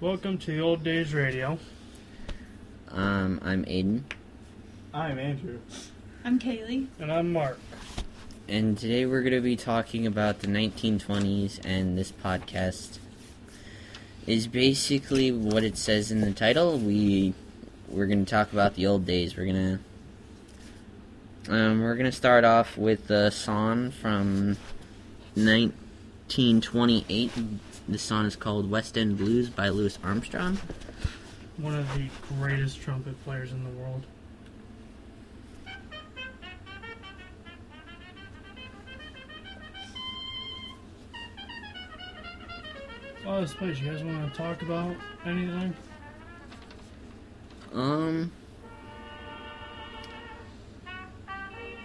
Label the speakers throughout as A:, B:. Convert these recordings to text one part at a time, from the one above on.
A: Welcome to the Old Days Radio.
B: Um, I'm Aiden,
C: I'm Andrew.
D: I'm Kaylee.
A: And I'm Mark.
B: and today we're going to be talking about the 1920s, and this podcast is basically what it says in the title. We we're going to talk about the old days. We're gonna um, we're gonna start off with the song from 1928. The song is called "West End Blues" by Louis Armstrong.
A: One of the greatest trumpet players in the world. Oh, this place, you guys want to talk about anything?
B: Um,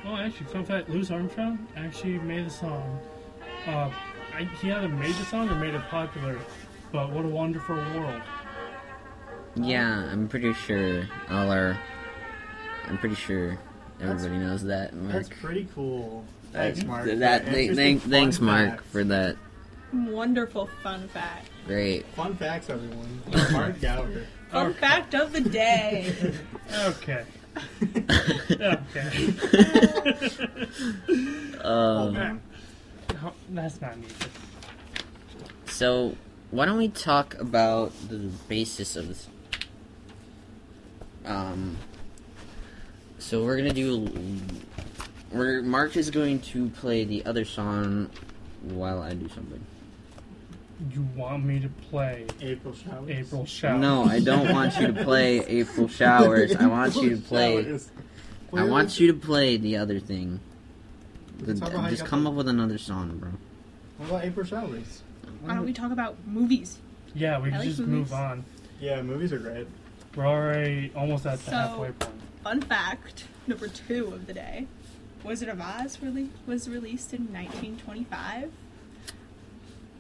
A: Oh, actually, fun fact: Louis Armstrong actually made the song. Uh, I, he either made the song or made it popular. But what a wonderful world!
B: Yeah, I'm pretty sure all our. I'm pretty sure
C: That's-
B: everybody knows that. Mark.
C: That's pretty cool. Thanks,
B: That-
C: Mark.
B: That,
C: for
B: thank-
C: interesting
B: thank-
C: fun
B: thanks, Mark,
C: facts.
B: for that.
D: Wonderful fun fact.
B: Great.
C: Fun facts, everyone. Mark Gallagher.
D: Fun
A: Okay.
D: fact of the day.
A: Okay, okay,
C: Old
B: Um,
C: man.
A: No, that's not needed.
B: so, why don't we talk about the basis of this? Um. So we're gonna do. We're Mark is going to play the other song while I do something.
A: You want me to play
C: April Showers.
A: April Shower?
B: No, I don't want you to play April Showers. I want you to play.
C: Showers.
B: I want you to play the other thing. The-
C: We can talk about how you
B: just
C: got
B: come
C: the-
B: up with another song, bro.
C: What about April Showers?
D: Why don't we talk about movies?
A: Yeah, we
D: I
A: can
D: like
A: just
D: movies.
A: move on.
C: Yeah, movies are great.
A: We're already almost at the
D: So-
A: halfway point.
D: Fun fact number two of the day. Wizard of Oz rele- was released in 1925.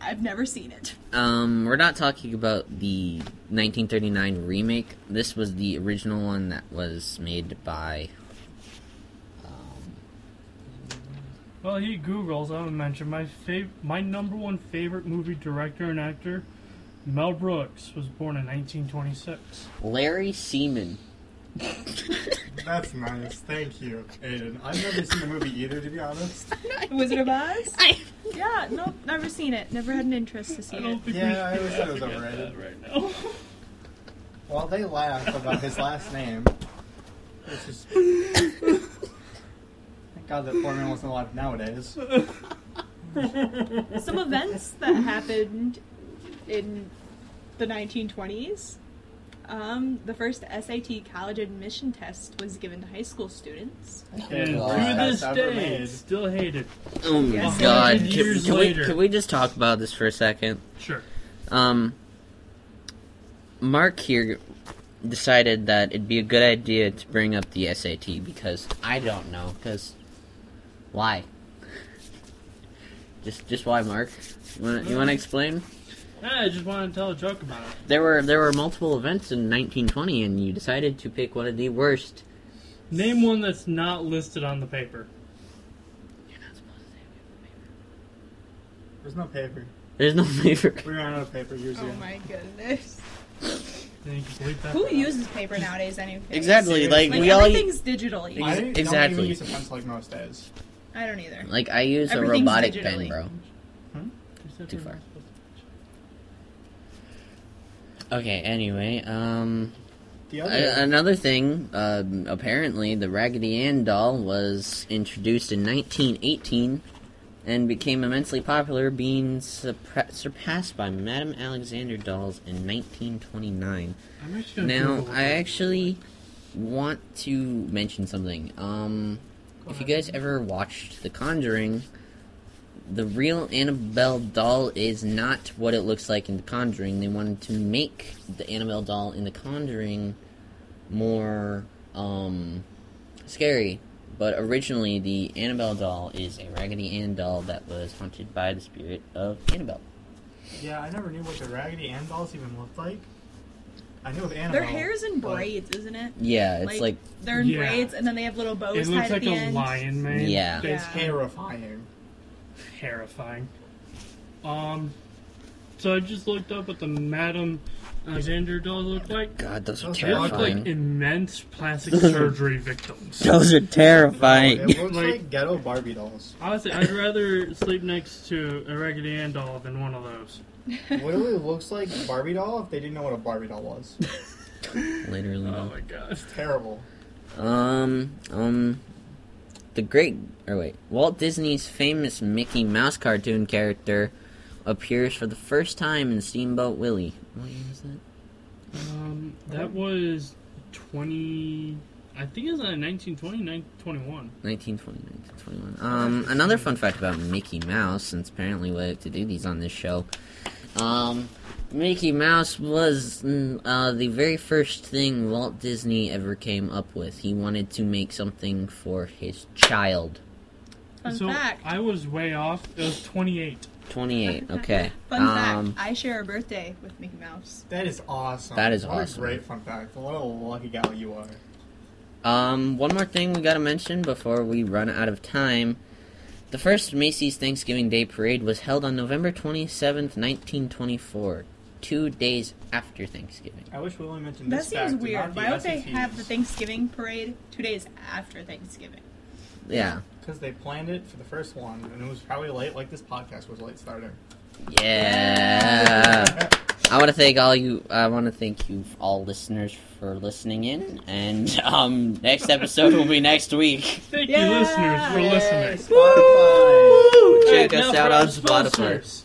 D: I've never seen it.
B: Um, we're not talking about the 1939 remake. This was the original one that was made by. Um,
A: Well, he Googles. I would mention my fav- my number one favorite movie director and actor, Mel Brooks, was born in 1926.
B: Larry Seaman.
C: That's nice. Thank you, Aiden. I've never seen the movie either, to be honest.
D: Wizard of Oz?
B: I.
D: Yeah, nope, never seen it. Never had an interest to see
A: I
D: it.
A: don't think we
C: Yeah,
A: should
C: I always said it was
A: forget
C: overrated.
A: that right now.
C: While they laugh about his last name, it's just. Thank God that Foreman wasn't alive nowadays.
D: Some events that happened in the 1920s. Um, the first SAT college admission test was given to high school students.
B: Yeah,
A: And
B: God.
A: to this day, it's still hated.
B: Oh my
D: Yes.
B: god.
A: 100
B: Can,
A: years
B: can we,
A: later.
B: can we just talk about this for a second?
A: Sure.
B: Um, Mark here decided that it'd be a good idea to bring up the SAT because I don't know. Because why? just just why, Mark? You want to you want to explain?
A: Yeah, I just wanted to tell a joke about it.
B: There were there were multiple events in 1920, and you decided to pick one of the worst.
A: Name one that's not listed on the paper.
B: You're not supposed to say
C: There's no paper.
B: There's no paper.
C: We ran out of paper years
D: Oh
C: ago.
D: my goodness.
A: Then you can delete that.
D: Who
A: part out.
D: uses paper nowadays anyway?
B: Exactly, like,
D: Like
B: we all
D: everything's digital. you-
C: I
B: Ex-
C: don't even
B: exactly.
C: use a pencil like most days.
D: I don't either.
B: like I use a
D: Everything's
B: robotic pen,
D: digitally.
B: bro.
A: Is that
B: Too
A: what
B: far.
A: I'm supposed to-
B: Okay. Anyway, um.
C: The
B: A-
C: other
B: another thing, um, apparently, the Raggedy Ann doll was introduced in 1918 and became immensely popular, being surpre- surpassed by Madame Alexander dolls in 1929.
A: I'm actually gonna
B: Now,
A: Google
B: I
A: it.
B: actually want to mention something. Um, if you guys ever watched The Conjuring, the real Annabelle doll is not what it looks like in The Conjuring. They wanted to make the Annabelle doll in The Conjuring more um, scary. But originally, the Annabelle doll is a Raggedy Ann doll that was haunted by the spirit of Annabelle.
C: yeah, I never knew what the Raggedy Ann dolls even looked like. I knew with Annabelle.
D: Their hair's in
C: but-
D: braids, isn't it?
B: Yeah, it's like,
D: they're in
A: Yeah.
D: braids and then they have little bows
A: It
D: tied
A: looks
D: at
A: like
D: the
A: a
D: end.
A: lion man.
B: Yeah.
A: It's
D: Yeah.
C: Terrifying.
A: terrifying. Um, So I just looked up what the Madam Alexander dolls look like.
B: God, those are
C: Those
A: They look like
B: terrifying.
A: immense plastic surgery victims.
B: Those are
C: It
B: terrifying.
C: looks
A: Like-
C: like ghetto Barbie dolls.
A: Honestly, I'd rather sleep next to a Raggedy Ann doll than one of those.
C: Literally looks like Barbie doll if they didn't know what a Barbie doll was.
B: Literally.
A: Oh my god.
C: Terrible.
B: Um, um, the great, or wait, Walt Disney's famous Mickey Mouse cartoon character appears for the first time in Steamboat Willie. What year was that?
A: Um, that was 20. I think it was like 1920, 1921.
B: 1920, 1921. Um, another fun fact about Mickey Mouse, since apparently we have to do these on this show. Um, Mickey Mouse was mm, uh, the very first thing Walt Disney ever came up with. He wanted to make something for his child.
D: Fun
A: so
D: fact.
A: I was way off. It was 28.
B: 28, okay.
D: Fun
B: um,
D: fact. I share a birthday with Mickey Mouse.
C: That is awesome.
B: That is
C: what
B: awesome.
C: A great fun fact. What a lucky gal you are.
B: Um, one more thing we gotta mention before we run out of time. The first Macy's Thanksgiving Day Parade was held on November 27th, 1924, two days after Thanksgiving.
C: I wish we only mentioned
D: That
C: this fact.
D: seems
C: and
D: weird.
C: not E the
D: Why would they
C: SATs.
D: have the Thanksgiving parade two days after Thanksgiving?
B: Yeah.
C: Because they planned it for the first one, and it was probably late, like this podcast was late starting.
B: Yeah. I want to thank all you. I want to thank you all listeners for listening in, and um, next episode will be next week.
A: Thank
D: Yeah.
A: you, listeners, for listening.
C: Spotify.
B: Check
A: Hey,
B: us
A: now
B: out
A: for
B: on
A: our
B: Spotify.
A: sponsors.